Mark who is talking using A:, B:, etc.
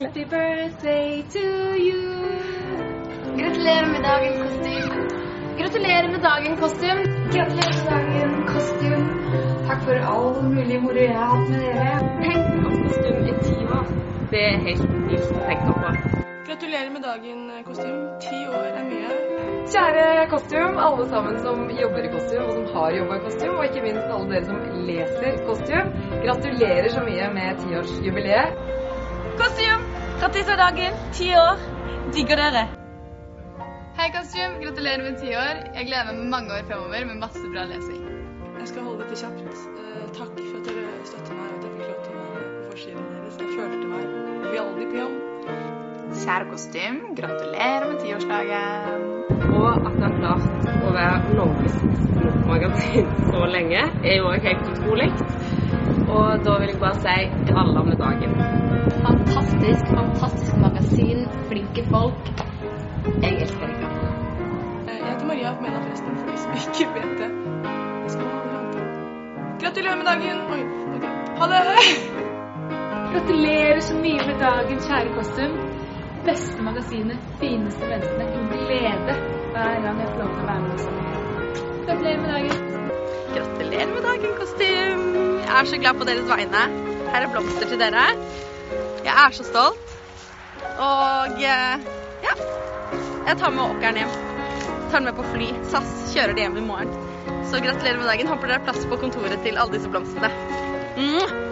A: Happy birthday to you. Gratulerer med dagen, kostyme. Gratulerer med dagen, kostyme. Gratulerer med dagen, kostyme. Takk for all mulig moro jeg har hatt med dere. Tenk om kostyme i ti år. Det er helt vilt å tenke på.
B: Gratulerer med dagen, kostyme. Ti år er mye.
C: Kjære Kostium, eh, alle sammen som jobber i Kostium, og som har jobba i Kostium, og ikke minst alle dere som leser Kostium. Gratulerer så mye med tiårsjubileet.
B: Kostyme! Grattis med dagen. Ti år. Digger dere.
A: Hei, kostyme. Gratulerer med ti år. Jeg gleder meg med mange år fremover med masse bra lesing.
B: Jeg skal holde dette kjapt. Eh, Takk for at dere støtter meg, og at jeg fikk lov til å være på forsiden deres. Jeg følte meg veldig på jobb.
D: Kjære kostyme, gratulerer med tiårsdagen.
E: Og at han har klart å være Norges beste motemagasin så lenge, er jo også helt utrolig. Og da vil jeg bare si gralla med dagen.
F: Fantastisk, fantastisk magasin. Flinke folk. Jeg elsker dere.
B: Eh, Jeg heter Maria Mena, forresten, for de som ikke vet det. Jeg skal holde dere håndtatt. Gratulerer med dagen. Oi, ok. Ha det.
G: Gratulerer så mye med dagen, kjære Kostum. Beste magasinet, fineste vennene. En glede hver gang jeg får lov til å være med dere. Gratulerer med dagen.
D: Gratulerer med dagen, kostyme. Jeg er så glad på deres vegne. Her er blomster til dere. Jeg er så stolt. Og eh, ja. Jeg tar med åkeren hjem. Tar den med på fly. SAS kjører det hjem i morgen. Så gratulerer med dagen. Håper dere har plass på kontoret til alle disse blomstene. Mm.